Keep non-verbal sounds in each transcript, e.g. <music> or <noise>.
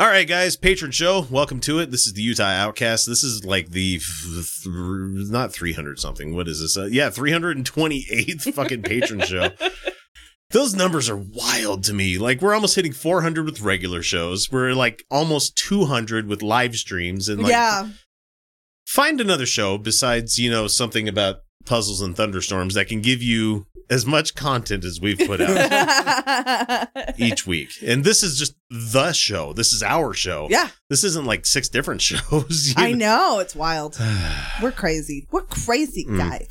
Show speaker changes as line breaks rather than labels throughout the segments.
All right, guys, patron show. Welcome to it. This is the Utah Outcast. This is like the f- th- not three hundred something. What is this? Uh, yeah, three hundred and twenty eighth
<laughs>
fucking patron show. Those numbers are wild to me. Like we're almost hitting four hundred with regular shows. We're like almost two hundred with live streams. And like,
yeah,
find another show besides you know something about puzzles and thunderstorms that can give you as much content as we've put out
<laughs>
each week. And this is just the show. This is our show.
yeah.
This isn't like six different <laughs> shows. you
I know it's wild.
<sighs>
We're crazy. We're crazy
Mm.
guys.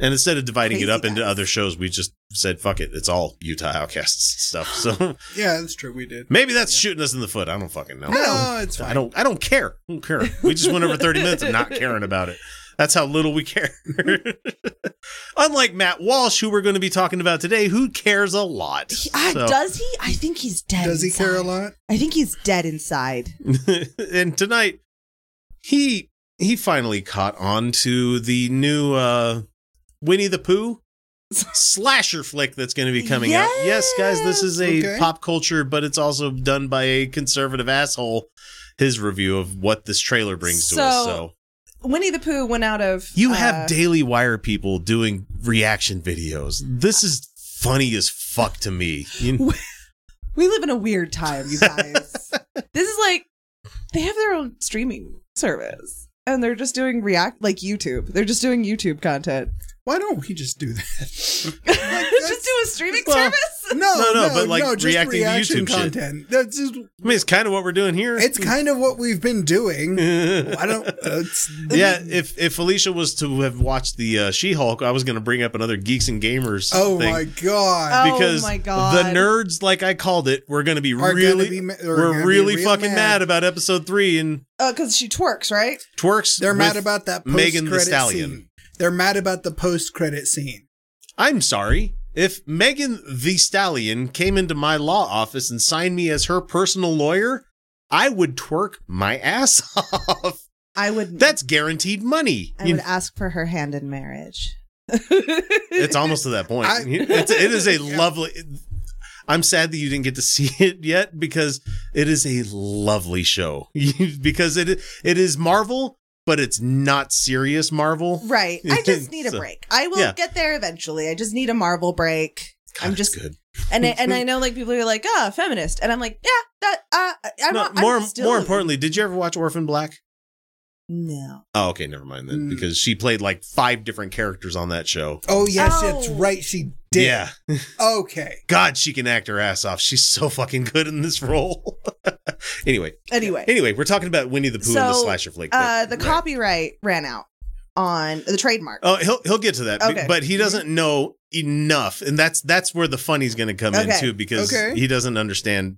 And instead of dividing it
Crazy
up into
guys.
other shows, we just said, fuck it. It's all Utah Outcasts <laughs> stuff.
<gasps>
So
Yeah, that's true. We did.
maybe that's shooting us in the foot. I don't fucking know.
No, it's
I
fine.
don't I don't care. I don't care. We just went over 30 minutes of not caring about it. That's how little we care. <laughs> Unlike Matt Walsh, who we're going to be talking about today, who cares a lot.
He- ah,
So-
does he? I think he's dead.
Does he
inside.
care a lot?
I think he's dead inside.
<laughs> and tonight he he finally caught on to the new uh Winnie the Pooh slasher flick that's going to be coming out. Yes, guys, this is a
Okay.
pop culture, but it's also done by a conservative asshole. His review of what this trailer brings to us.
So,
So
Winnie the Pooh went out of.
you
uh,
have Daily Wire people doing reaction videos. This is funny as fuck to me. You-
we live in a weird time,
<laughs>
you guys. this is like they have their own streaming service, and they're just doing react like YouTube. They're just doing YouTube content.
Why don't we just do that?
<laughs>
<laughs> just do a streaming
Well,
service.
No,
No,
no,
no,
no,
but, like,
just
reacting to
reaction
YouTube shit.
content. That's just,
I mean, it's kind of what we're doing here.
it's kind of what we've
<laughs>
been doing.
kind.
I don't. It's,
<laughs> yeah, if if Felicia was to have watched the uh, She-Hulk, I was going to bring up another Geeks and Gamers.
Oh
thing
my god.
Oh
Because
my God.
the nerds, like I called it, were going to be
Are gonna
really,
be ma- are gonna
we're
be
really
real
fucking mad.
mad.
about episode three and
Because Uh, she twerks, right?
twerks.
They're mad
with
about that post
Megan the
credit
Stallion.
scene. They're mad about the post credit scene.
I'm sorry. If Megan the Stallion came into my law office and signed me as her personal lawyer, I would twerk my ass <laughs> off.
I would.
That's guaranteed money.
I
You-
would ask for her hand
<laughs>
in marriage.
it's almost to that point.
I-
it's, it is <laughs> a
Yeah.
lovely. I'm sad that you didn't get to see <laughs> it yet because it is a lovely show. <laughs> because it it is Marvel, but it's not serious Marvel.
Right.
<laughs>
I just need a
So-
break. I will
yeah.
get there eventually. I just need a Marvel break. I'm
God, it's
just
good.
and I,
<laughs>
and I know like people are like ah feminist and I'm like yeah that uh I'm
No,
not I'm
more
still-
more importantly, did you ever watch Orphan Black?
no
Oh, okay, never mind then
Mm.
because she played like five different characters on that show.
Oh yes,
Oh.
that's right. She did.
Yeah,
Okay.
God, she can act her ass off. She's so fucking good in this <laughs> role. anyway,
anyway
anyway, we're talking about Winnie the Pooh and the
So,
slasher flick.
uh the
Right.
copyright ran out on the trademark
Oh, he'll he'll get to that,
Okay. Mm-hmm.
but he doesn't know enough, and that's that's where the funny's going to come in
Okay.
too, because
Okay.
he doesn't understand.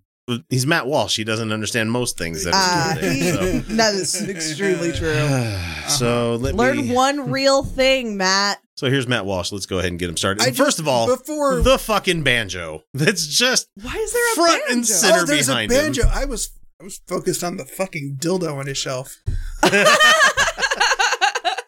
He's Matt Walsh. He doesn't understand most things that
uh,
<laughs> are
<laughs> he,
today.
that
<laughs>
is extremely true
So, <sighs> so let
learn
me- <laughs>
one real thing Matt
So here's Matt Walsh. Let's go ahead and get him started.
I
And first
just-
of all,
before oh,
the fucking banjo. <laughs> That's just
why is there a
Front
banjo?
and center. <laughs>
oh, there's
behind
a
him.
banjo. I was I was focused on the fucking dildo on his shelf.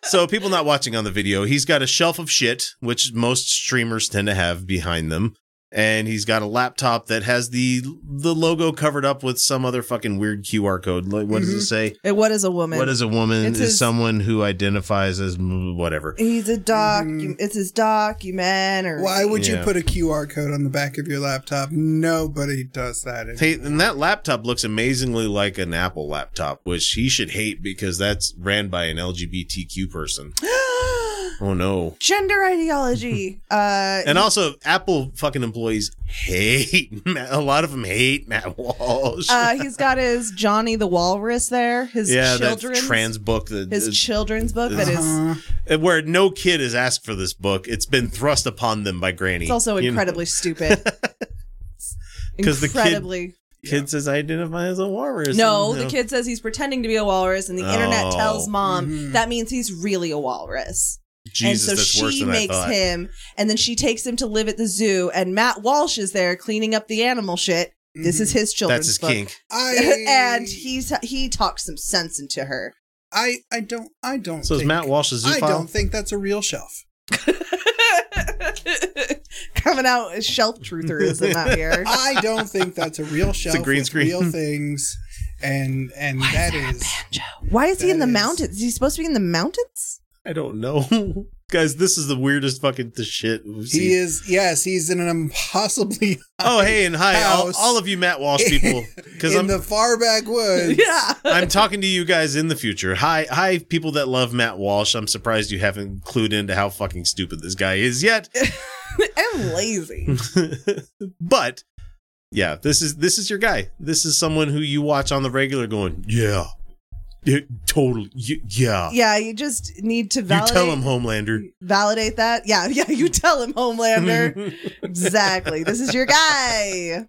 so people not watching on the video, he's got a shelf of shit, which most streamers tend to have behind them. And he's got a laptop that has the the logo covered up with some other fucking weird QR code. Like, what
Mm-hmm.
does it say?
And what is a woman
What is a woman?
It's
is
his-
someone who identifies as m- whatever.
he's a doc
Mm-hmm.
Mhm.
it's his document or
Why would
Yeah.
you put a QR code on the back of your laptop? Nobody does that. anymore.
Hey, and that laptop looks amazingly like an Apple laptop, which he should hate because that's ran by an LGBTQ
<gasps>
person. Oh no.
gender ideology.
<laughs>
Uh,
And also, Apple fucking employees hate <laughs> Matt. A lot of them hate Matt Walsh.
uh, he's got his Johnny the Walrus there. His
yeah, that
children's
trans uh, book that
his children's book that is
Uh-huh.
uh, where no kid has asked for this book. It's been thrust upon them by Granny.
it's also
You know, <laughs>
incredibly stupid.
'Cause the kid-
incredibly.
kid says I identify as a walrus.
no,
You
the
know.
kid says he's pretending to be a walrus, and the internet
Oh.
tells mom
Mhm.
that means he's really a walrus.
Jesus,
and so
that's
she
worse than
makes
I thought.
him, and then she takes him to live at the zoo, and Matt Walsh is there cleaning up the animal shit. This is his
Mm-hmm. that's
children's
his
book.
kink.
I
<laughs> and he's he talks some sense into her. <laughs>
I I don't I don't.
So is
think-
Matt Walsh a
I
zoophile?
don't think that's a real shelf.
Coming
<laughs>
out as shelf trutherism out here.
I don't think that's a real shelf.
green
with
screen.
Real things. and and that is
Why is he in the
That is-
mountains? Is he supposed to be in the mountains?
I don't know. <laughs> Guys, this is the weirdest fucking the shit. We've seen.
he is yes he's in an impossibly <laughs>
Oh, hey, and hi, all,
House.
all of you Matt Walsh people, because
<laughs> in
I'm
the far
<laughs>
backwoods
I'm talking to you guys in the future. Hi, hi, people that love Matt Walsh. I'm surprised you haven't clued into how fucking stupid this guy is yet. <laughs>
I'm lazy.
but yeah, this is this is your guy. This is someone who you watch on the regular, going, yeah, yeah totally, y- yeah.
yeah, you just need to
You
validate.
tell him, Homelander.
Validate that. Yeah, <laughs> yeah. You tell
<laughs>
him, Homelander. exactly. This is your guy.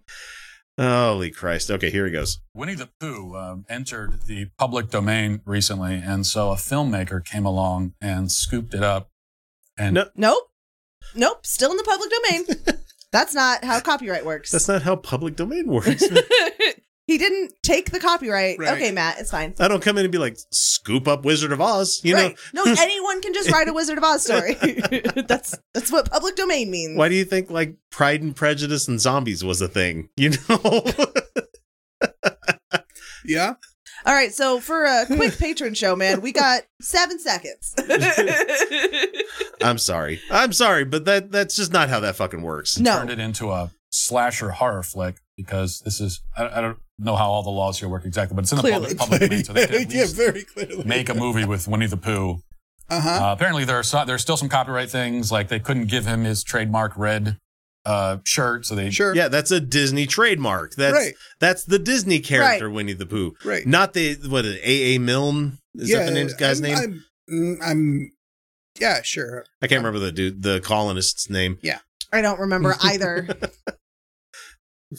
Holy Christ! Okay, here he goes.
Winnie the Pooh um, entered the public domain recently, and so a filmmaker came along and scooped it up. And
No.
Nope. Nope. Still in the public
<laughs>
domain. That's not how copyright works.
That's not how public domain works. <laughs>
he didn't take the copyright.
Right.
Okay, Matt, it's fine.
I don't come in and be like, scoop up Wizard of Oz. You know,
right. <laughs> no, anyone can just write a Wizard of Oz <laughs> story. that's that's what public domain means.
Why do you think like Pride and Prejudice and zombies was a thing? <laughs> You know,
<laughs>
yeah
All right, so for <laughs> a quick patron show, man, we got seven <laughs> seconds.
I'm sorry, I'm sorry, but that that's just not how that fucking works.
no,
turned it into a slasher horror flick because this is, I, I don't know how all the laws here work exactly, but it's in
Clearly.
the public, public domain, so they can
<laughs>
at
yeah
least
very clearly
make a movie with Winnie the Pooh.
uh-huh
Uh, apparently, there are so, there are still some copyright things, like they couldn't give him his trademark red uh, shirt, so they
sure
Yeah, that's a Disney trademark. That's
right
that's the Disney character Winnie the Pooh,
right
not the what is A. A. Milne. Is that the name, guy's
I'm,
name? I'm,
I'm, mm, I'm yeah sure
I can not remember the dude, the colonist's name,
I don't <laughs> remember either.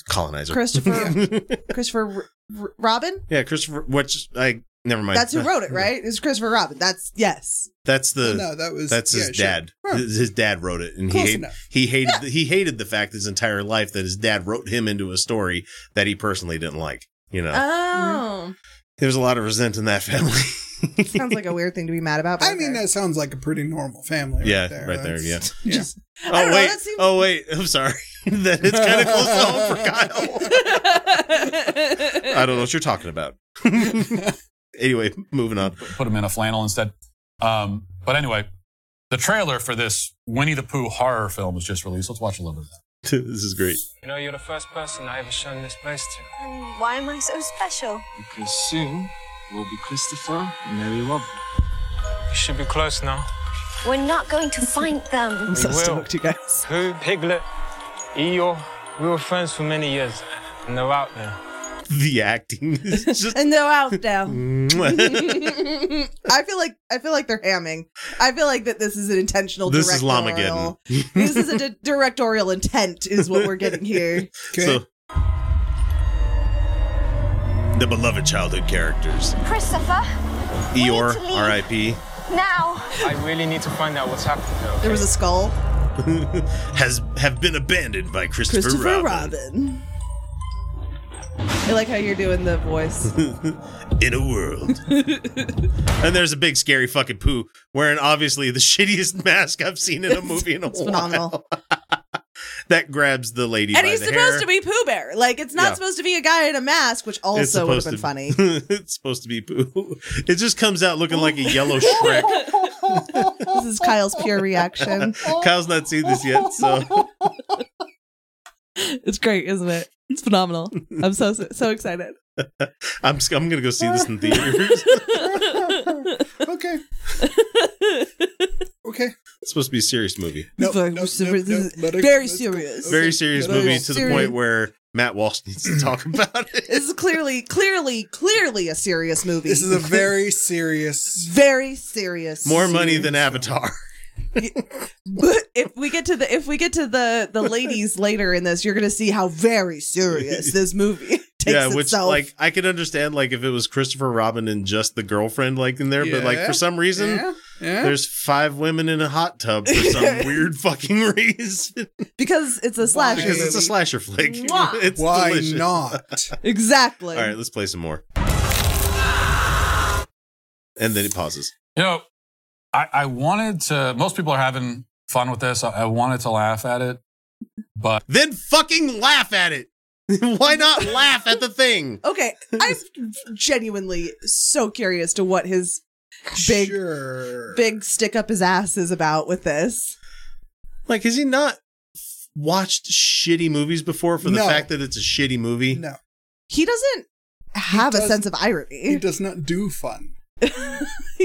colonizer.
Christopher- Christopher R- R- Robin?
<laughs> yeah, Christopher. Which I never mind.
That's who
<laughs>
wrote it, right? It's Christopher Robin. That's yes.
That's the.
no that was
That's his
yeah, sure.
dad.
Huh.
His dad wrote it, and
Close
he hated,
enough.
he hated the, he hated the fact his entire life that his dad wrote him into a story that he personally didn't like. You know,
Uh,
Oh.
there was a lot of resent in that family.
<laughs>
Sounds like a weird thing to be mad about. but
I mean
okay.
that sounds like a pretty normal family
yeah,
right there
right there. Yeah.
That's-
Just- I
Oh
don't know,
wait.
that seems-
Oh wait. I'm sorry. <laughs> that it's kind of close to home for Kyle.
<laughs>
I don't know what you're talking about. <laughs> anyway, moving on. <laughs>
put him in a flannel instead. Um, but anyway, the trailer for this Winnie the Pooh horror film was just released. Let's watch a little bit of that.
this is great.
You know, you're the first person I ever shown this place to.
And why am I so special?
Because soon we'll be Christopher and Mary Robin.
You should be close now.
We're not going to find them.
We will. Pooh, Piglet, Eeyore, we were friends for many years, and they're out there.
The acting is
<laughs>
just. <laughs>
And they're out now.
Mwah.
I feel like I feel like they're hamming. I feel like that this is an intentional.
This is
directorial- this is a di- directorial intent, is what we're getting here.
okay
So, the beloved childhood characters.
Christopher,
Eeyore,
to leave.
R.I.P.
now.
I really need to find out what's happening though.
There was a skull.
has have been abandoned by Christopher,
Christopher
Robin,
Robin. I like how you're doing the voice.
in a
<laughs>
world. and there's a big scary fucking poo wearing obviously the <laughs> shittiest mask I've seen in a movie in a
It's
while.
phenomenal.
<laughs> That grabs the lady
And
by
he's
the
supposed
hair.
to be Pooh Bear. Like it's not
Yeah.
supposed to be a guy in a mask, which
It's
also would have
supposed
been
to-
funny.
<laughs> it's supposed to be poo. It just comes out looking like a
<laughs>
yellow Shrek.
<laughs> This is Kyle's pure reaction.
Kyle's not seen this yet, so
<laughs> It's great, isn't it? It's phenomenal. I'm so so excited.
I'm s- I'm gonna go see this in
<laughs>
theaters.
okay okay
it's supposed to be a serious movie,
no,
Very
no, no,
serious.
no,
This is
let her-
very
let's-
serious.
very
Okay,
serious
very
movie to the
serious.
point where Matt Walsh needs to talk <laughs> about it.
This is clearly, clearly, clearly a serious movie.
This is a very serious.
very serious.
More money than <laughs> Avatar.
<laughs> But if we get to the if we get to the the ladies later in this, you're gonna see how
<laughs>
very serious this movie <laughs> takes
yeah, which
itself.
like I could understand like if it was Christopher Robin and just the girlfriend like in there, but like
Yeah.
for some reason
Yeah, yeah.
there's five women in a hot tub for <laughs> some weird fucking <laughs> reason
because it's a slasher.
because it's a
movie.
slasher flick.
Mwah.
<laughs> It's
Why
delicious.
not?
<laughs>
exactly.
All right, let's play some more. And then it pauses.
You know, I, I wanted to, most people are having fun with this. I, I wanted to laugh at it, but
Then fucking laugh at it. <laughs> Why not laugh at the thing?
Okay, I'm genuinely so curious to what his Big-
Sure.
big stick up his ass is about with this.
<laughs> Like, has he not watched shitty movies before for the
No.
fact that it's a shitty movie?
No,
He doesn't have a
does-
sense of
he
irony.
does not do fun.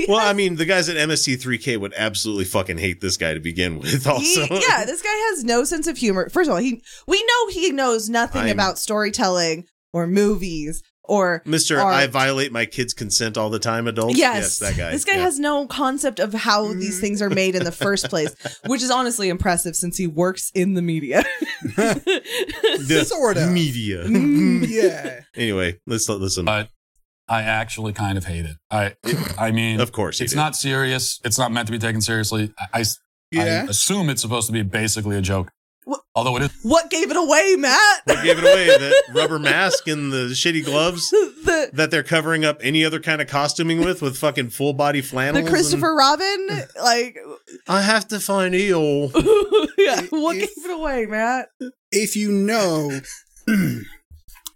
Well, I mean, the guys at MST3K would absolutely fucking hate this guy to begin with. <laughs> Also,
He- yeah, this guy has no sense of humor. First of all, he we know he knows nothing
I'm-
about storytelling or movies or
Mister,
art.
I violate my kids' consent all the time. Adult,
Yes.
that guy.
This guy
Yeah. Mm.
has no concept of how these things are made in the first
<laughs>
place, which is honestly impressive since he works in the media. <laughs>
the
sort of.
media.
Mm.
Mm, yeah.
anyway, let's let listen.
but I actually kind of hate it. I, I mean,
Of course he
it's
did.
not serious. It's not meant to be taken seriously. I- I, s- I
Yeah.
assume it's supposed to be basically a joke.
What-
Although it is
what gave it away, Matt?
What gave it away? That rubber mask and the shitty gloves
<laughs> the
that they're covering up any other kind of costuming with, with fucking full body flannels.
the Christopher Robin, like, <laughs>
and- I have to find Eel.
yeah, what
If-
gave it away, Matt?
If you know, <clears throat>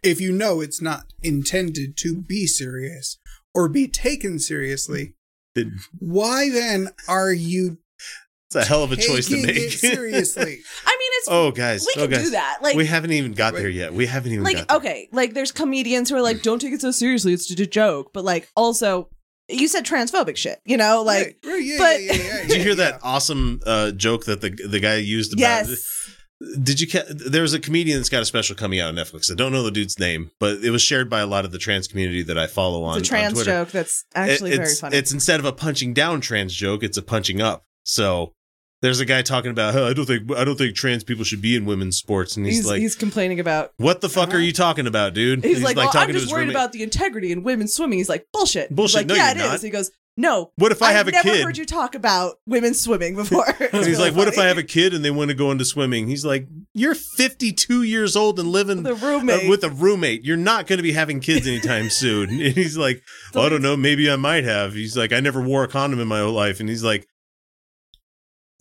if you know it's not intended to be serious or be taken seriously,
Did-
why then are you
It's a hell of a choice to
taking it
make. <laughs>
<laughs>
seriously?
I mean, it's
oh, guys.
we
oh,
can
guys.
do that. Like,
we haven't even got there yet. We haven't even got
like
there.
okay, like there's comedians who are like, don't take it so seriously. It's just a joke. But like, also, you said transphobic shit. You know, like,
Right, right, yeah,
<laughs>
but-
yeah, yeah, yeah,
Did you
yeah,
hear
yeah.
that awesome uh, joke that the the guy used about
yes.
did you ca- there was a comedian that's got a special coming out on netflix i don't know the dude's name but it was shared by a lot of the trans community that i follow on,
It's a
on
trans
twitter
joke that's actually
It- it's,
very funny.
it's instead of a punching down trans joke it's a punching up so there's a guy talking about "Huh, i don't think i don't think trans people should be in women's sports and he's,
he's,
like
he's complaining
<laughs>
about.
what the fuck are you talking about dude
He's, like, well, I'm just
his
worried
roommate.
about the integrity in women swimming. He's like, bullshit. He's
Bullshit.
Like,
No,
yeah,
you're
it is.
not.
He goes, no.
what if i have a
I've never
kid
heard you talk about women
<laughs>
swimming before.
And he's like, what if I have a kid and they want to go into swimming? He's like, you're 52 years old and living
The roommate.
uh, with a roommate. You're not going to be having kids
<laughs>
anytime soon. And he's like, I don't know. Maybe I might have. He's like, I never wore a condom in my whole life. And he's like,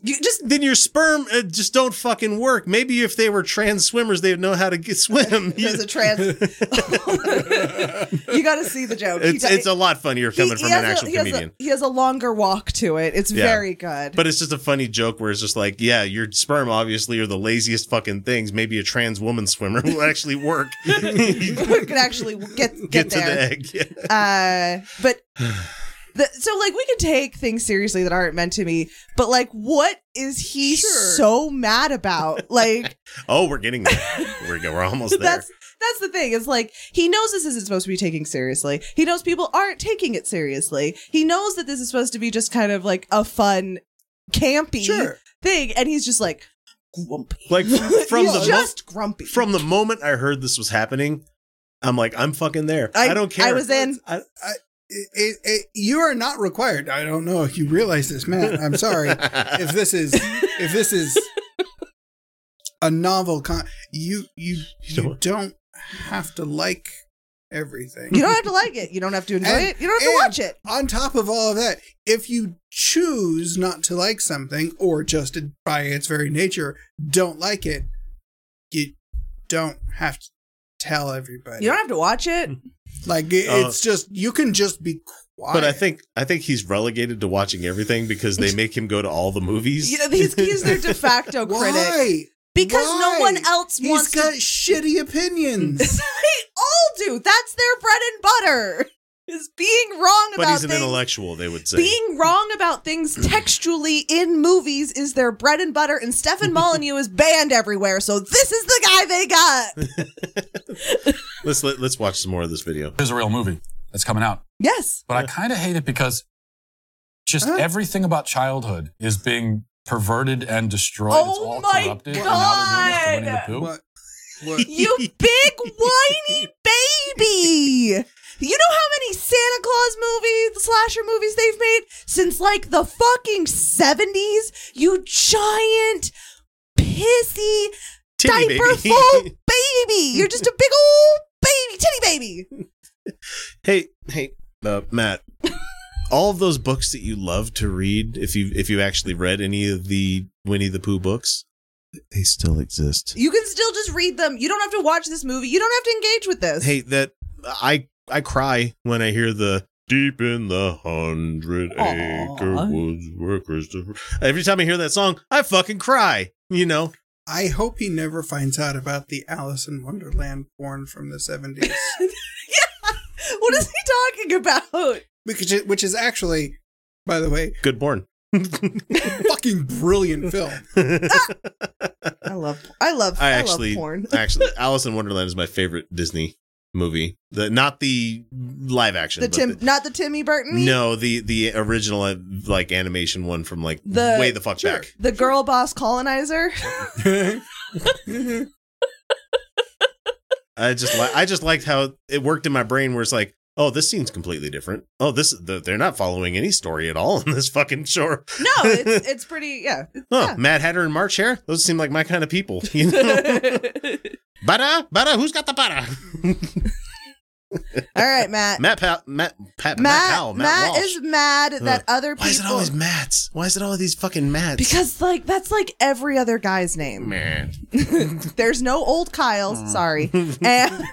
you <laughs> just then your sperm uh, just don't fucking work. Maybe if they were trans swimmers, they'd know how to get, <laughs> swim.
There's a trans. <laughs> you got to see the joke.
<laughs>
He
it's
di-
it's a lot funnier coming from an
has a-
actual
he has a-
comedian.
he has a longer walk to it. It's
Yeah.
very good. <laughs>
But it's just a funny joke where it's just like, yeah, your sperm obviously are the laziest fucking things. Maybe a trans woman swimmer <laughs> will actually work. get,
we could actually
<laughs>
get get,
to
there.
the egg. Yeah.
uh but <sighs> the, so like we can take things seriously that aren't meant to be but like what is he
Sure.
so
<laughs>
mad about like
Oh, we're getting
<laughs>
there. We're, go- we're almost there.
that's that's the thing is like he knows this isn't supposed to be taken seriously he knows people aren't taking it seriously he knows that this is supposed to be just kind of like a fun campy
Sure.
thing and he's just like grumpy <laughs>
Like, from
He's
the mo-
just grumpy
From the moment I heard this was happening, I'm like, I'm fucking there. I, don't care.
i was in <laughs>
I-
it, it, it, you are not required. I don't know if you realize this, Matt. I'm sorry if this is if
<laughs>
this is a novel. Con- you you you
don't-
don't, have to like everything.
you don't have to like it you don't have to enjoy
And-
it you don't have to
and
watch it
On top of all of that, if you choose not to like something, or just by its very nature don't like it, you don't have to tell everybody.
you don't have to watch
<laughs>
it
like it,
Uh,
it's just you can just be quiet.
but I think I think he's relegated to watching everything because they make him go to all the movies.
<laughs> You know, he's, he's their de facto critic
Why?
because no
Why?
one else wants
He's got
to.
shitty opinions.
<laughs> they all do. That's their bread and butter. Is being wrong
but
about
he's an
things.
intellectual, they would say.
Being wrong about things textually in movies is their bread and butter, and Stefan
<laughs>
Molyneux is banned everywhere. So this is the guy they got.
<laughs>
let's let, let's watch some more of this video.
there's a real movie that's coming out.
Yes,
But I kind of hate it because just
Uh-huh.
Huh?
everything about childhood is being perverted and destroyed. it's
Oh
all
my
corrupted. And now they're doing this to Winnie the Pooh.
what? What?
you big whiny baby. You know how many Santa Claus movies, slasher movies they've made since like the fucking 70s? You giant, pissy,
Titty baby.
diaper full
<laughs>
baby. You're just a big old baby, titty baby.
Hey, hey, uh,
<laughs>
Matt. All of those books that you love to read, if you if you actually read any of the Winnie the Pooh books, they still exist.
You can still just read them. You don't have to watch this movie. You don't have to engage with this. <laughs>
Hey, that I I cry when I hear the deep in the hundred acre
Aw.
woods where Christopher. Every time I hear that song, I fucking cry. You know,
I hope he never finds out about the Alice in Wonderland porn from the 70s.
<laughs> What is he talking about?
which, is- which is actually, by the way,
good born.
<laughs>
fucking brilliant film.
I love I love
I
I,
actually,
love porn. <laughs>
actually, Alice in Wonderland is my favorite Disney movie. The not the live action,
The
but
Tim not the Timmy Burton.
no, the the original uh, like animation one from like
The-
way the fuck
Sure.
back.
The girl boss colonizer.
I just li- I just liked how it worked in my brain where it's like, oh, this scene's completely different. Oh, this the, they're not following any story at all <laughs> in this fucking show.
<laughs> No, <laughs> it's it's pretty yeah.
Huh,
Yeah.
Mad Hatter and March Hare, those seem like my kind of people. <laughs> You know?
<laughs>
bada, bada, who's got the bada?
All right, Matt.
Matt, pa- Matt, Pat, Matt,
Matt,
Powell, Matt,
Matt
Walsh.
is mad that other people
Why is it always Matts? Why is it all these fucking Matts?
because like that's like every other guy's name.
man,
There's no old Kyle,
<laughs>
sorry. And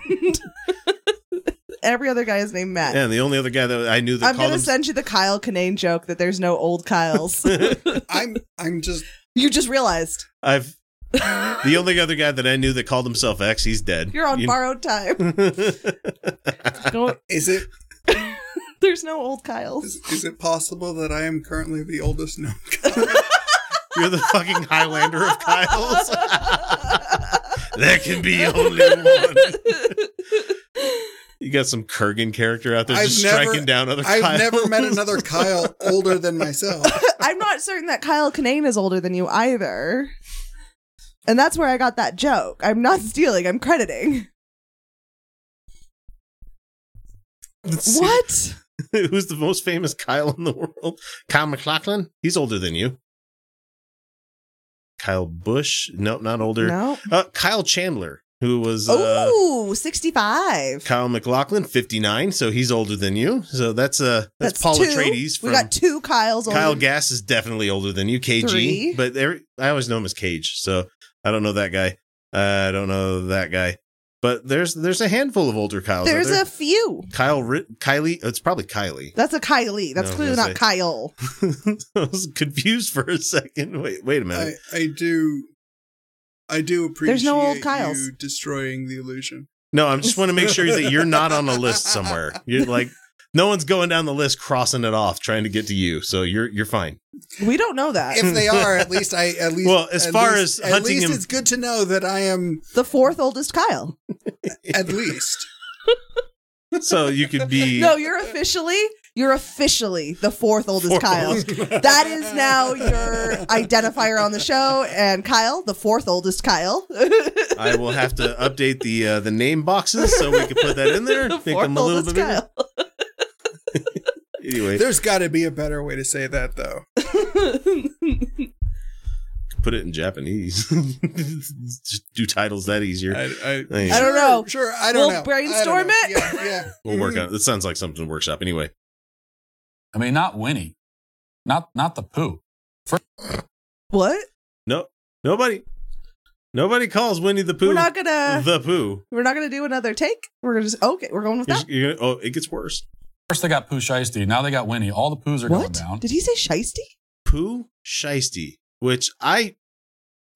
<laughs> every other guy is named Matt.
and the only other guy that I knew that
I'm
called
gonna
him
send you the Kyle Kinane joke that there's no
<laughs>
old Kyles.
I'm I'm just
you just realized <laughs>
I've the only other guy that I knew that called himself X, he's dead.
you're on
You-
borrowed time.
<laughs>
is it
There's no old Kyles.
is, is it possible that I am currently the oldest known?
You're the fucking Highlander of
<laughs>
Kyles. there can be only one. You got some Kurgan character out there
I've
just
never-
striking down other
I've
Kyles.
never met another Kyle older than myself.
I'm not certain that Kyle Kinane is older than you either. And that's where I got that joke. I'm not stealing, I'm crediting. What?
<laughs> Who's the most famous Kyle in the world? Kyle McLachlan? He's older than you. Kyle Bush? Nope, not older.
No. Oh,
Uh, Kyle Chandler, who was uh,
Ooh, 65.
Kyle McLaughlin, 59, so he's older than you. So that's uh that's, Paul
two.
Atreides from
We got two Kyles older
Kyle Gass is definitely older than you, KG.
Three.
But every, I always know him as Cage, so I don't know that guy. Uh, I don't know that guy. But there's there's a handful of older Kyles. out
There's
there.
a few.
Kyle, Ri- Kylie. oh, It's probably Kylie. <laughs>
That's a Kylie. That's
No, I was
clearly
gonna
not
say.
Kyle.
I was confused for a second. Wait, wait a
I,
minute.
I do I do appreciate
There's no old Kyles.
you destroying the illusion.
no, I just want to make sure that you're not on a list somewhere. You're like no one's going down the list, crossing it off, trying to get to you. So you're you're fine.
We don't know that.
If they are, at least I at least
Well, as
at
far
least-
as
at
hunting
least
him-
it's good to know that I am
the fourth oldest Kyle.
<laughs>
at least
So you could be
<laughs> No, you're officially you're officially the fourth oldest
Fourth
Kyle. <laughs> that is now your identifier on the show. And Kyle, the fourth oldest Kyle. <laughs>
I will have to update the uh, the name boxes so we can put that in
<laughs>
there. Make them a little bit bigger. Anyway,
there's got to be a better way to say that though.
put it in Japanese. <laughs> Just do titles that easier.
I, I,
Anyway,
I don't know.
Sure, I don't
We'll
know.
brainstorm
I
it.
don't know. Yeah, yeah.
we'll work on it. That sounds like something to workshop. Anyway,
I mean, not Winnie, not not the poo.
<laughs> What?
no, nobody, nobody calls Winnie the Pooh
We're not gonna
the Pooh.
we're not gonna do another take. We're gonna just okay, we're going with
You're
that.
just- you're gonna- oh, it gets worse.
First they got poo shiesty, now they got Winnie. All the poos are going
What?
down.
Did he say shisty?
Pooh Shiesty, which I.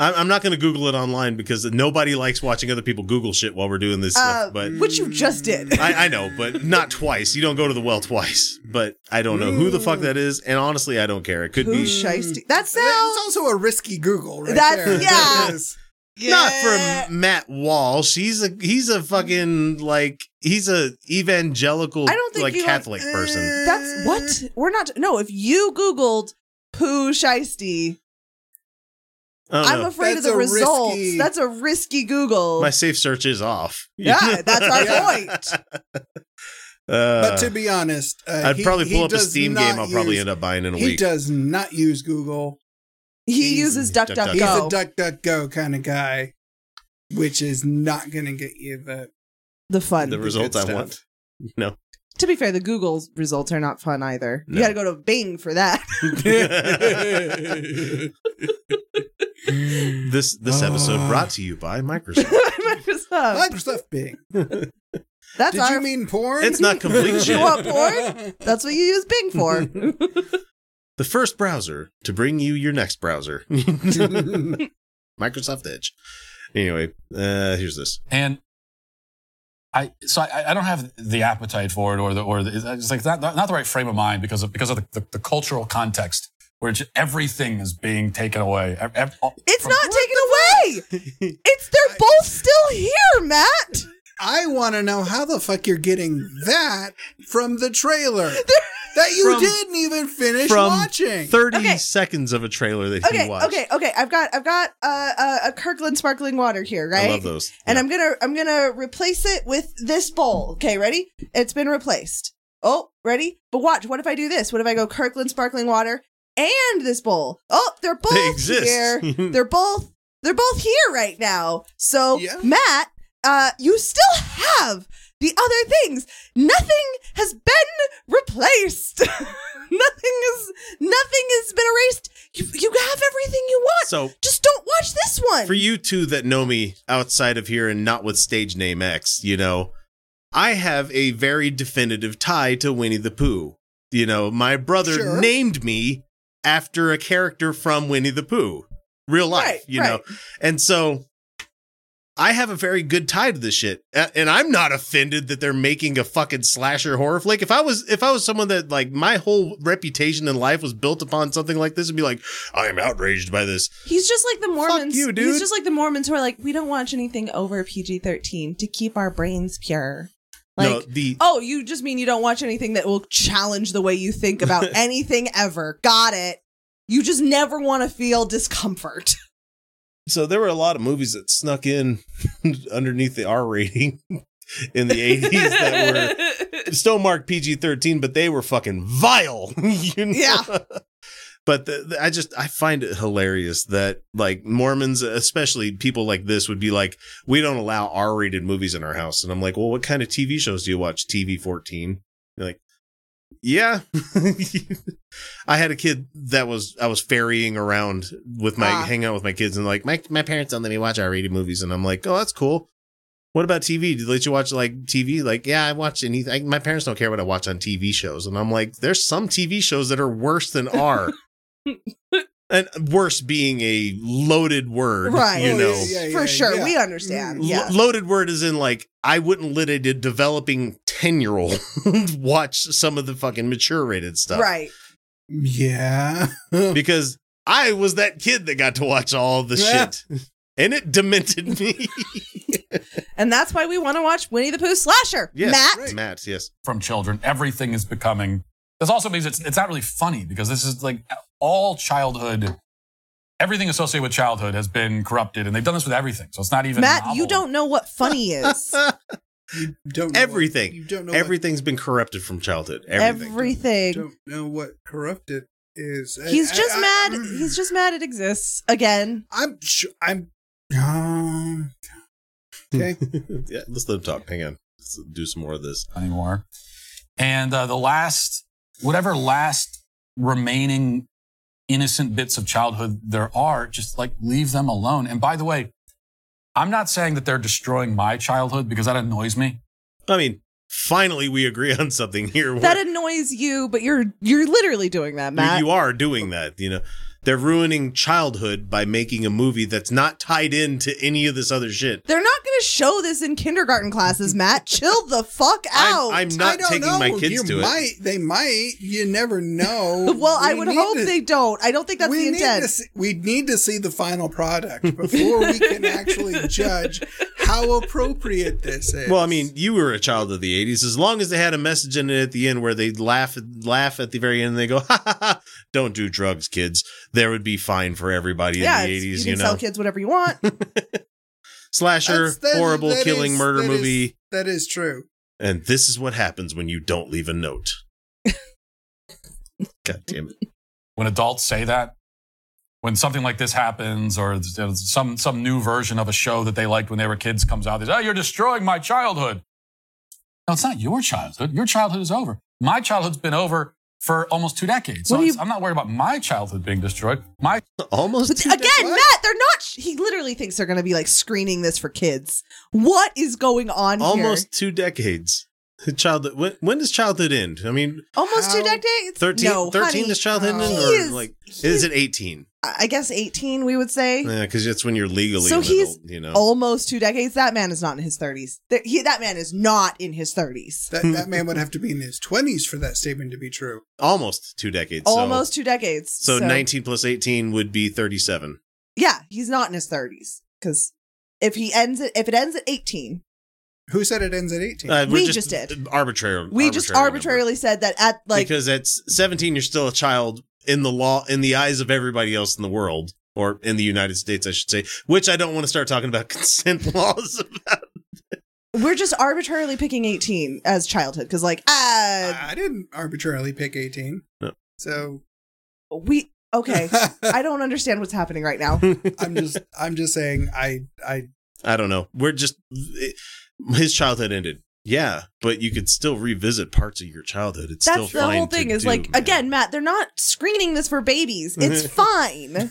I'm I'm not going to Google it online because nobody likes watching other people Google shit while we're doing this
Uh,
stuff. But
which you just did.
I, I know, but not twice. You don't go to the well twice. But I don't know who the fuck that is, and honestly, I don't care. It could
Who
be
shisty? That
It's
sounds
also a risky Google, right
That's-
there.
yeah.
It is.
not
Yeah.
from Matt Walsh. He's a he's a fucking like he's a evangelical
I don't think
like
you like-
Catholic person.
eh,
That's what? We're not no, if you Googled poo shisty,
I don't
I'm
know.
afraid
That's
of the
a
results.
risky-
That's a risky Google.
My safe search is off.
<laughs> yeah,
<laughs>
that's our
Yeah.
point.
Uh,
But to be honest, uh,
I'd
he-
probably
he
pull up a
does
Steam
not
game. I'll probably
use-
end up buying in a
He
week.
does not use Google.
He
He's-
uses
DuckDuckGo.
DuckDuckGo.
He's a duck duck go kind of guy, which is not going to get you the
the fun.
The results
good
I
stuff. <laughs>
want. No.
to be fair, the Google results are not fun either.
No.
<laughs> You got to go to Bing for that.
This this episode
Ah.
brought to you by
<laughs>
Microsoft.
Microsoft.
Microsoft Bing.
Uh, That's
Did
our. <laughs>
you mean porn?
It's not complete
you
shit.
want porn? That's what you use Bing
<laughs>
for.
The first browser to bring you your next <laughs> browser. Microsoft Edge. Anyway, uh here's this.
and I so I, I don't have the appetite for it or the or the, it's like not, not the right frame of mind because of because of the, the, the cultural context where it's, everything is being taken away. Ev- ev- all-
It's
from-
not taken away. It's they're both still here, Matt.
I want to know how the fuck you're getting that from the
<laughs>
trailer that you
From-
didn't even finish
From
watching.
30
Okay.
seconds of a trailer that
Okay,
he watched.
okay, okay. I've got I've got uh, uh, a Kirkland sparkling water here,
I
right?
love those.
And I'm gonna I'm gonna replace it with this bowl. Okay, ready? It's been replaced. Oh, ready? But watch. What if I do this? What if I go Kirkland sparkling water and this bowl? Oh, they're both
exist. <laughs>
here. they're both they're both here right now. So
Yeah.
Matt, uh, you still have the other things. Nothing has been replaced. <laughs> nothing is nothing has been erased. You you have everything you want.
So
Just don't watch this one.
for you two that know me outside of here and not with stage name X, you know, I have a very definitive tie to Winnie the Pooh. You know, my brother
Sure.
named me after a character from Winnie the Pooh, real life,
Right,
you
right.
know. And so I have a very good tie to this shit. A- And I'm not offended that they're making a fucking slasher horror flick. If I was if I was someone that like my whole reputation in life was built upon something like this and be like, I am outraged by this.
He's just like the Mormons.
you, dude.
He's just like the Mormons who are like, we don't watch anything over PG thirteen to keep our brains pure. Like,
no, the
oh, you just mean you don't watch anything that will challenge the way you think
<laughs>
about anything ever. Got it. You just never want to
<laughs>
feel discomfort.
So there were a lot of movies that snuck in <laughs> underneath the R rating <laughs> in the 80s that
<laughs>
were still marked PG 13, but they were fucking vile. <laughs> you know?
Yeah.
But the, the- I just, I find it hilarious that like Mormons, especially people like this, would be like, we don't allow R rated movies in our house. And I'm like, well, what kind of TV shows do you watch? TV 14? They're like, yeah. <laughs> I had a kid that was I was ferrying around with my
Ah.
hanging out with my kids and like my my parents don't let me watch R-rated movies and I'm like, oh, that's cool. What about TV? Did they let you watch like TV? Like, yeah, I watch anything. I, my parents don't care what I watch on TV shows, and I'm like, there's some TV shows that are worse than
<laughs>
R, and worse being a loaded word,
Right.
You
Oh,
know,
yeah, yeah,
For
yeah,
sure.
yeah.
We understand.
Lo-
Yeah.
loaded word is in like I wouldn't let a de- developing ten year old <laughs> watch some of the fucking mature rated stuff,
Right.
Yeah.
<laughs>
<laughs>
because I was that kid that got to watch all the
Yeah.
shit. And it demented me.
And that's why we want to watch Winnie the Pooh Slasher.
yes,
<laughs> Matt.
Matt, yes.
from children. Everything is becoming. This also means it's it's not really funny because this is like all childhood. Everything associated with childhood has been corrupted, and they've done this with everything. So it's not even
Matt,
novel.
you don't know what funny is.
You don't know
Everything.
What, you don't know everything.
Everything's been corrupted from childhood. <laughs> Everything.
Everything.
What, don't know what corrupted is. I-
He's
I-
just
I- mm.
mad. He's just mad it exists again.
I'm. Sure, I'm.
Hmm.
Um, okay.
<laughs> yeah, let's let him talk. Hang on. Let's do some more of this.
anymore. And uh, the last, whatever last remaining innocent bits of childhood there are, just like leave them alone. And by the way, I'm not saying that they're destroying my childhood because that annoys me.
I mean, finally we agree <laughs> on something here.
That annoys you, but you're you're literally doing that,
Where
Matt.
you are doing that, you know. They're ruining childhood by making a movie that's not tied into any of this other shit.
They're not going to show this in kindergarten classes, Matt. Chill the fuck out.
I'm, I'm not
I don't
taking
know.
my kids
you
to
might,
it.
They might. You never know.
<laughs> well, I
We
would
need
hope
to-
they don't. I don't think that's
we
the
need
intent.
to see- we need to see the
<laughs>
final product before we can actually judge how appropriate this
<laughs>
is.
Well, I mean, you were a child of the '80s. As long as they had a message in it at the end where they laugh, laugh at the very end, and they go, <laughs> "Ha ha ha! Don't do drugs, kids. There would be fine for everybody
yeah,
in the '80s."
it's- you
You,
can
know,
sell kids whatever you want.
slasher,
That's- that-
horrible
that
killing
is-
murder
that is-
movie,
that is true.
and this is what happens when you don't leave a
<laughs>
note. God damn it!
When adults say that, when something like this happens, or you know, some some new version of a show that they liked when they were kids comes out, they say, "Oh, you're destroying my childhood." No, it's not your childhood. Your childhood is over. My childhood's been over for almost two decades. So
What do
it's-
you-
I'm not worried about my childhood being destroyed. My
Almost.
But
two
again,
decades-
Matt, they're not. He literally thinks they're going to be like screening this for kids. What is going on
almost two
here?
decades. Childhood. When, when does childhood end? I mean,
Almost two
How-
decades?
13,
No,
13
honey.
is childhood
he
end, or
is-
like
he
is
is-
it eighteen?
I guess 18, we would say.
Yeah, because that's when you're legally.
So
an
he's
adult, you know.
Almost two decades. That man is not in his 30s. There- he- that man is not in his 30s.
That, that man would have to be in his 20s for that statement to be true.
Almost two decades. so-
Almost two decades.
So, 19 plus 18 would be 37.
Yeah, he's not in his 30s because if he ends it, if it ends at 18,
Who said it ends at 18?
Uh, we're
We just did.
Arbitrary.
we just
number.
arbitrarily said that at like
because at 17, you're still a child in the law, in the eyes of everybody else in the world, or in the United States, I should say, which I don't want to start talking about <laughs> consent laws. About.
we're just arbitrarily picking 18 as childhood because like ah
I didn't arbitrarily pick 18.
No.
So
we
<laughs>
okay. I don't understand what's happening right now.
I'm just I'm just saying I I
I don't know. We're just, it- his childhood ended. Yeah, but you could still revisit parts of your childhood. It's still
That's the
fine
whole
to
thing. Is
do,
like
man.
again, Matt, they're not screening this for babies.
<laughs>
It's fine.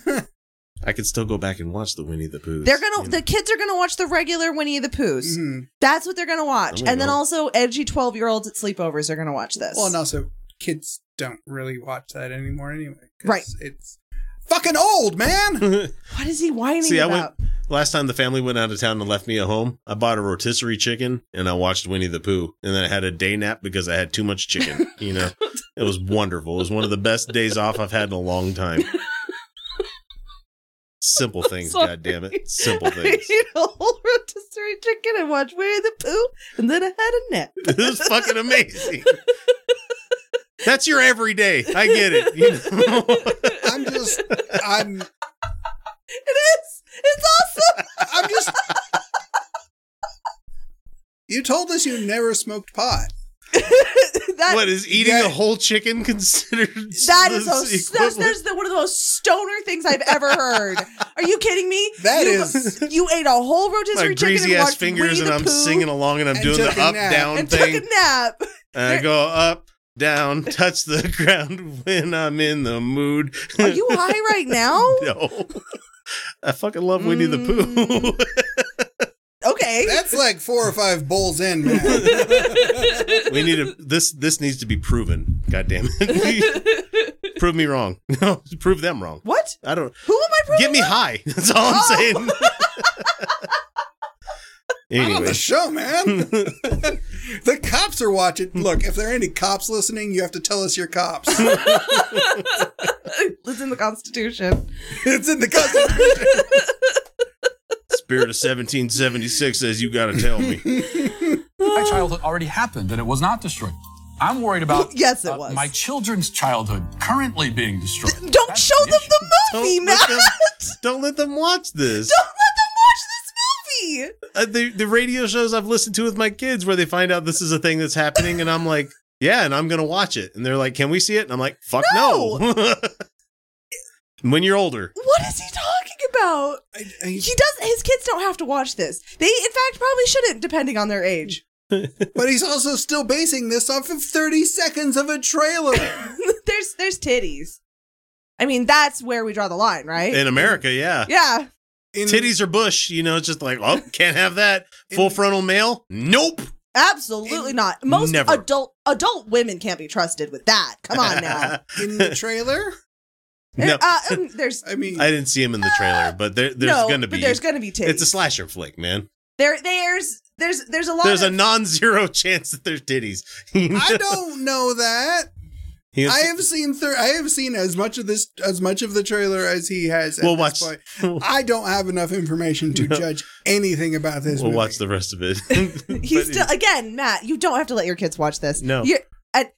I could still go back and watch the Winnie the Pooh.
They're gonna the kids are gonna watch the regular Winnie the Poohs.
Mm-hmm.
mhm.
That's what they're gonna watch.
There we
And then
go.
also edgy twelve year olds at sleepovers are gonna watch this.
well and also kids don't really watch that anymore anyway. 'cause
Right.
It's fucking old, man.
What is he whining
See, I
about?
went last time the family went out of town and left me at home. I bought a rotisserie chicken and I watched Winnie the Pooh, and then I had a day nap because I had too much
<laughs>
chicken. You know, it was wonderful. It was one of the best days off I've had in a long time. Simple
<laughs>
things,
Sorry.
God damn it, simple
<laughs>
things. <laughs>
I ate a whole rotisserie chicken and watched Winnie the Pooh, and then I had a
<laughs>
nap.
It was fucking amazing. That's your everyday. I get it. You know? <laughs>
I'm just I'm
It is. It's awesome.
I'm just You told us you never smoked pot.
that
<laughs> what
<laughs>
is eating
Yeah.
a whole chicken considered?
that is
the
a, that's,
equivalent?
that's the, one of the most stoner things I've ever
<laughs>
heard. Are you kidding me?
That
That is,
is-
<laughs> you, you ate a whole rotisserie
my
chicken
greasy
and
ass
watched
fingers,
Winnie
and
the
I'm
Pooh
singing along, and I'm
and
doing
took
the
a
up
nap.
down
and
thing,
took a nap.
and I go up down, <laughs> touch the ground when I'm in the mood. <laughs>
Are you high right now?
no, I fucking love Winnie the
Mm.
Pooh.
Okay.
That's like four or five bowls in, man.
<laughs> we need to this. This needs to be proven. God damn it!
<laughs>
prove me wrong. <laughs> No, prove them wrong.
what?
I don't.
Who am I proving?
Get me high. <laughs> That's all I'm
Oh. <laughs>
saying.
I'm on
anyway,
the show, man. the cops are watching. Look, if there are any cops listening, you have to tell us your cops.
It's in the Constitution.
it's in the Constitution.
Spirit of 1776 says you got to tell me.
<laughs>
my childhood already happened and it was not destroyed. I'm worried
<laughs>
about uh,
Yes, it was.
my children's childhood currently being destroyed.
<laughs> Don't
That's
show them
issue.
the movie,
Don't
Matt.
let, them, don't let them watch this.
<laughs> Don't let them watch this movie.
uh, the the radio shows I've listened to with my kids where they find out this is a thing that's happening, and I'm like, yeah, and I'm gonna watch it, and they're like, can we see it? And I'm like, fuck no. <laughs> when you're older,
What is he talking about?
I, I,
He does. His kids don't have to watch this. They, in fact, probably shouldn't, depending on their age. <laughs>
but he's also still basing this off of 30 seconds of a trailer.
<laughs>
there's there's titties. I mean, that's where we draw the line, right?
in America, yeah.
yeah.
In,
Titties or bush, you know, it's just like, oh, can't have that. Full frontal male? Nope.
Absolutely
In-
not. Most
Never.
adult adult women can't be trusted with that. Come on now.
in the trailer?
no,
Uh, um, there's
I mean,
<laughs> <laughs> I didn't see him in the trailer, but there, there's
no,
gonna
but
be.
there's gonna be titties.
it's a slasher flick, man.
there there's there's there's a lot.
There's a
of,
non-zero <laughs> chance that there's titties. <laughs>
I don't know that.
He-
I have seen thir- I have seen as much of this as much of the trailer as he has.
<laughs>
At
We'll
this
watch-
point. I don't have enough information
<laughs>
to judge anything about this.
we'll
movie.
watch the rest of it.
He's <laughs>
But-
still again, Matt. You don't have to let your kids watch this.
No.
you and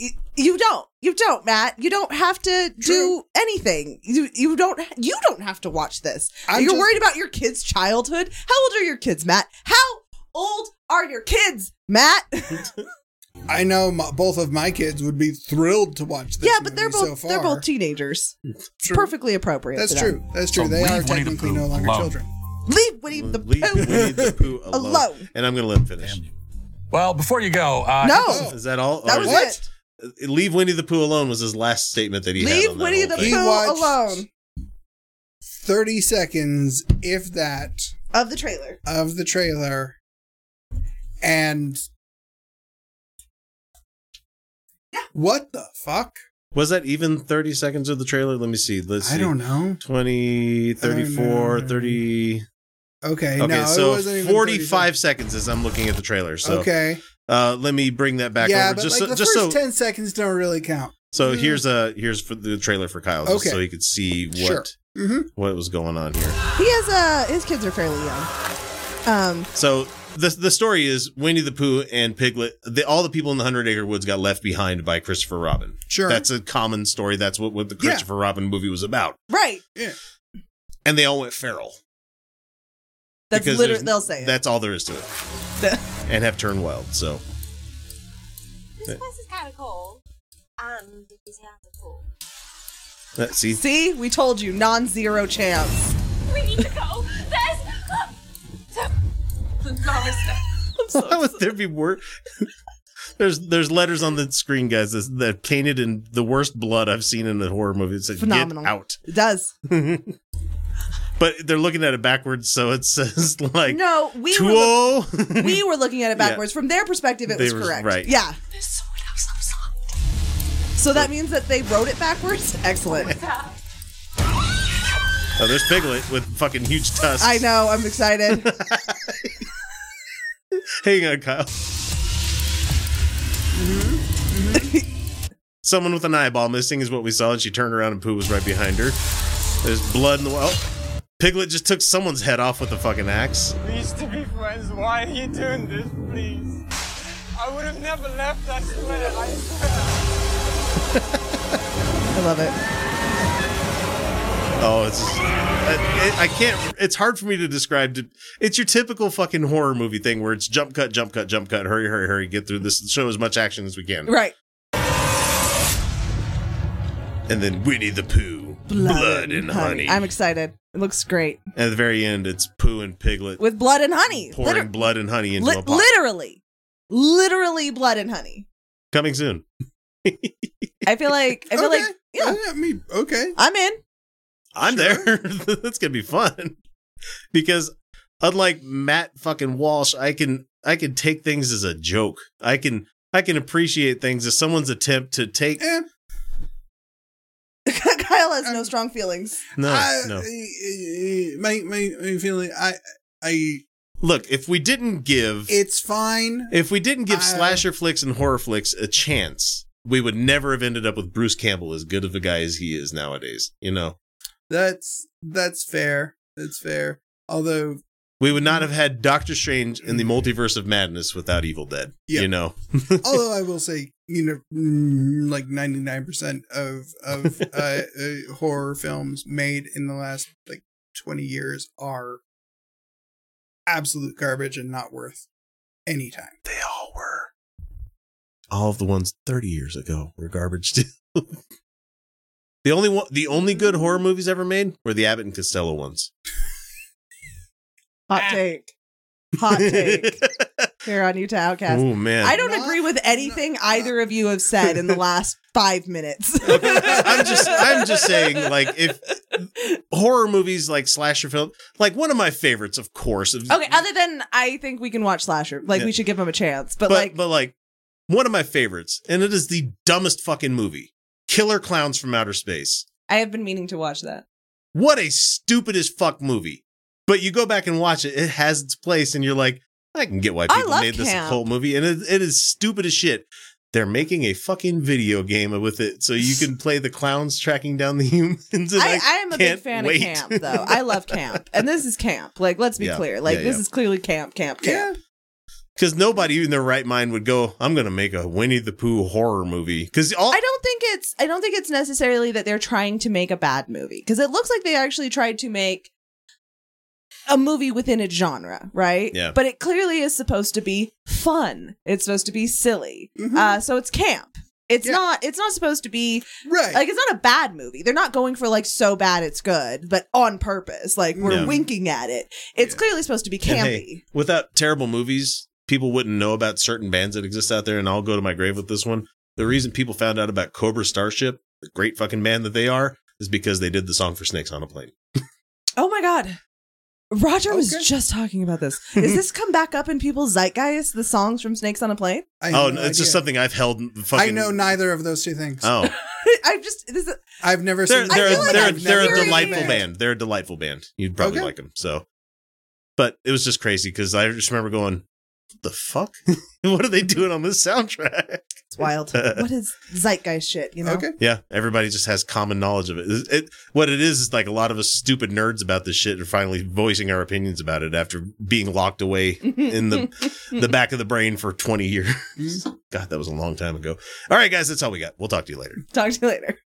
you, you don't. You don't, Matt. You don't have to do anything. You you don't. You don't have to watch this.
I'm
You're
just-
worried about your kids' childhood. How old are your kids, Matt? How old are your kids,
<laughs>
Matt?
I know my, both of my kids would be thrilled to watch this.
yeah, but they're
movie
both
so far.
they're
<laughs>
both teenagers. It's perfectly appropriate.
That's
for them.
true. That's true.
So
they
leave
are
Winnie the
technically
Pooh
no longer
alone.
children.
Leave Winnie the
Leave Winnie
Pooh. <laughs>
the Pooh alone.
Alone.
And I'm going to let him finish.
Well, before you go, uh,
No,
Is that all?
that
Or
was
is-
it.
leave Winnie the Pooh alone was his last statement that he had.
Leave
on that
Winnie
whole
the
thing.
Pooh
He watched-
alone
30 seconds, if that,
of the trailer.
of the trailer and what the fuck
Was that even 30 seconds of the trailer? Let me see. Let's see.
i don't know
20, 34, 30.
okay
Okay,
no it
so
wasn't even
45
30
seconds as I'm looking at the trailer. So
okay
uh, let me bring that back
yeah
over.
but
Just
like
so,
the
just so,
first 10 seconds don't really count
so here's uh here's for the trailer for Kyle, just
Okay.
so he could see what
Sure. hmm
what was going on here.
He has uh his kids are fairly young. Um
So the the story is Winnie the Pooh and Piglet. The, all the people in the Hundred Acre Woods got left behind by Christopher Robin.
Sure.
that's a common story. That's what, what the
Yeah.
Christopher Robin movie was about.
right. <laughs>
And they all went feral.
That's
Because there's-
literally they'll say it.
That's all there is to it, and have turned wild. So
This place is kind of cold. And it is out of cold.
let's
<laughs>
see.
See, we told you, non-zero chance.
We need to go. There's. <laughs>
Why <laughs> would there be wor- There's there's letters on the screen, guys. That's, that painted in the worst blood I've seen in a horror movie. It says
Phenomenal.
"Get out,"
It does.
but they're looking at it backwards, so it <laughs> says like
No, we were, look-
"Tuo."
we were looking at it
Yeah.
backwards. From their perspective, it
They
was
were
correct.
right.
Yeah.
There's someone else outside.
So that means that they wrote it backwards. Excellent.
<laughs> oh, there's Piglet with fucking huge tusks.
I know. I'm excited.
Hang on, Kyle. Someone with an eyeball missing is what we saw, and she turned around and Pooh was right behind her. There's blood in the well. Piglet just took someone's head off with a fucking axe.
We used to be friends. Why are you doing this, please? I would have never left, I swear. I swear.
I love it.
Oh, it's just, I, I- I can't. It's hard for me to describe. To, it's your typical fucking horror movie thing where it's jump cut, jump cut, jump cut, hurry, hurry, hurry, get through this, show as much action as we can,
Right.
and then Winnie the Pooh, blood, and honey.
I'm excited. It looks great
At the very end, it's Pooh and Piglet
with blood and honey.
pouring
Liter-
blood and honey into
li-
a pot.
literally, literally blood and honey.
Coming soon.
I feel like I
<laughs>
feel
okay.
like yeah,
I mean, okay
I'm in.
I'm there. <laughs> That's gonna be fun because unlike Matt fucking Walsh, I can I can take things as a joke. I can I can appreciate things as someone's attempt to take.
Eh,
<laughs> Kyle has no
I'm-
strong feelings.
No,
I-
no.
eh, eh, my, my my feeling i i
Look, if we didn't give
it's fine
if we didn't give
eh, I-
slasher flicks and horror flicks a chance, we would never have ended up with Bruce Campbell as good of a guy as he is nowadays. You know,
that's that's fair that's fair although
we would
Mm.
not have had Doctor Strange in the Multiverse of Madness without Evil Dead.
Yeah.
You know,
Although I will say, you know, mm, like ninety nine percent of of uh, uh, horror films made in the last like twenty years are absolute garbage and not worth any time.
they all were. All of the ones 30 years ago were garbage too. <laughs> the only one, the only good horror movies ever made were the Abbott and Costello ones.
Hot take.
<laughs>
Hot <laughs> take here on Utah Outcast.
oh man,
I don't
Not-
agree with anything either of you have said <laughs> in the last five minutes.
<laughs> I'm just, I'm just saying, like if horror movies like slasher film, like one of my favorites, of course. of-
<laughs> Okay, other than I think we can watch Slasher. Like,
Yeah.
we should give him a chance. But,
but
like,
but like one of my favorites, and it is the dumbest fucking movie, Killer Clowns from Outer Space.
I have been meaning to watch that.
what a stupid as fuck movie. But you go back and watch it, it has its place, and you're like, I can get why
I
people
love
made this a
camp.
cult movie, and it, it is stupid as shit. They're making a fucking video game with it, so you can play the clowns tracking down the <laughs> humans. And
I, I am a big
can't
fan
wait.
of camp, though.
<laughs>
I love camp, and this is camp. Like, let's be
Yeah.
clear. Like,
Yeah,
this
yeah.
is clearly camp, camp, camp.
because nobody in their right mind would go, "I'm going to make a Winnie the Pooh horror movie." Because all
I don't think it's. I don't think it's necessarily that they're trying to make a bad movie because it looks like they actually tried to make a movie within a genre, right?
Yeah.
But it clearly is supposed to be fun. It's supposed to be silly.
Mm-hmm.
Mhm.
Uh, so it's camp. It's
Yeah.
not. It's not supposed to be
Right.
like it's not a bad movie. They're not going for like so bad it's good, but on purpose. Like we're
Yeah.
winking at it. It's
Yeah.
clearly supposed to be
And
campy.
hey, without terrible movies, people wouldn't know about certain bands that exist out there, and I'll go to my grave with this one. The reason people found out about Cobra Starship, the great fucking band that they are, is because they did the song for Snakes on a Plane.
Oh my God. Roger was
Okay.
just talking about
<laughs>
this. Is this come back up in people's zeitgeist? The songs from Snakes on a Plane? <laughs>
I have
Oh, no,
no
it's just
idea.
something I've held. Fucking,
I know neither of those two things.
<laughs> Oh,
I've just this is,
I've never
they're
seen.
I
they're
feel like
they're,
I've
they're
never
a
heard
delightful
that.
band. They're a delightful band. You'd probably
Okay.
like them. So, but it was just crazy because I just remember going, "What the fuck? <laughs> what are they doing on this soundtrack?"
it's
<laughs>
wild. what is zeitgeist shit? You know.
Okay.
<laughs> Yeah, everybody just has common knowledge of it. It, it- What it is is like a lot of us stupid nerds about this shit are finally voicing our opinions about it after being locked away in the the back of the brain <laughs> for twenty years. God, that was a long time ago. All right, guys, that's all we got. We'll talk to you later.
Talk to you later.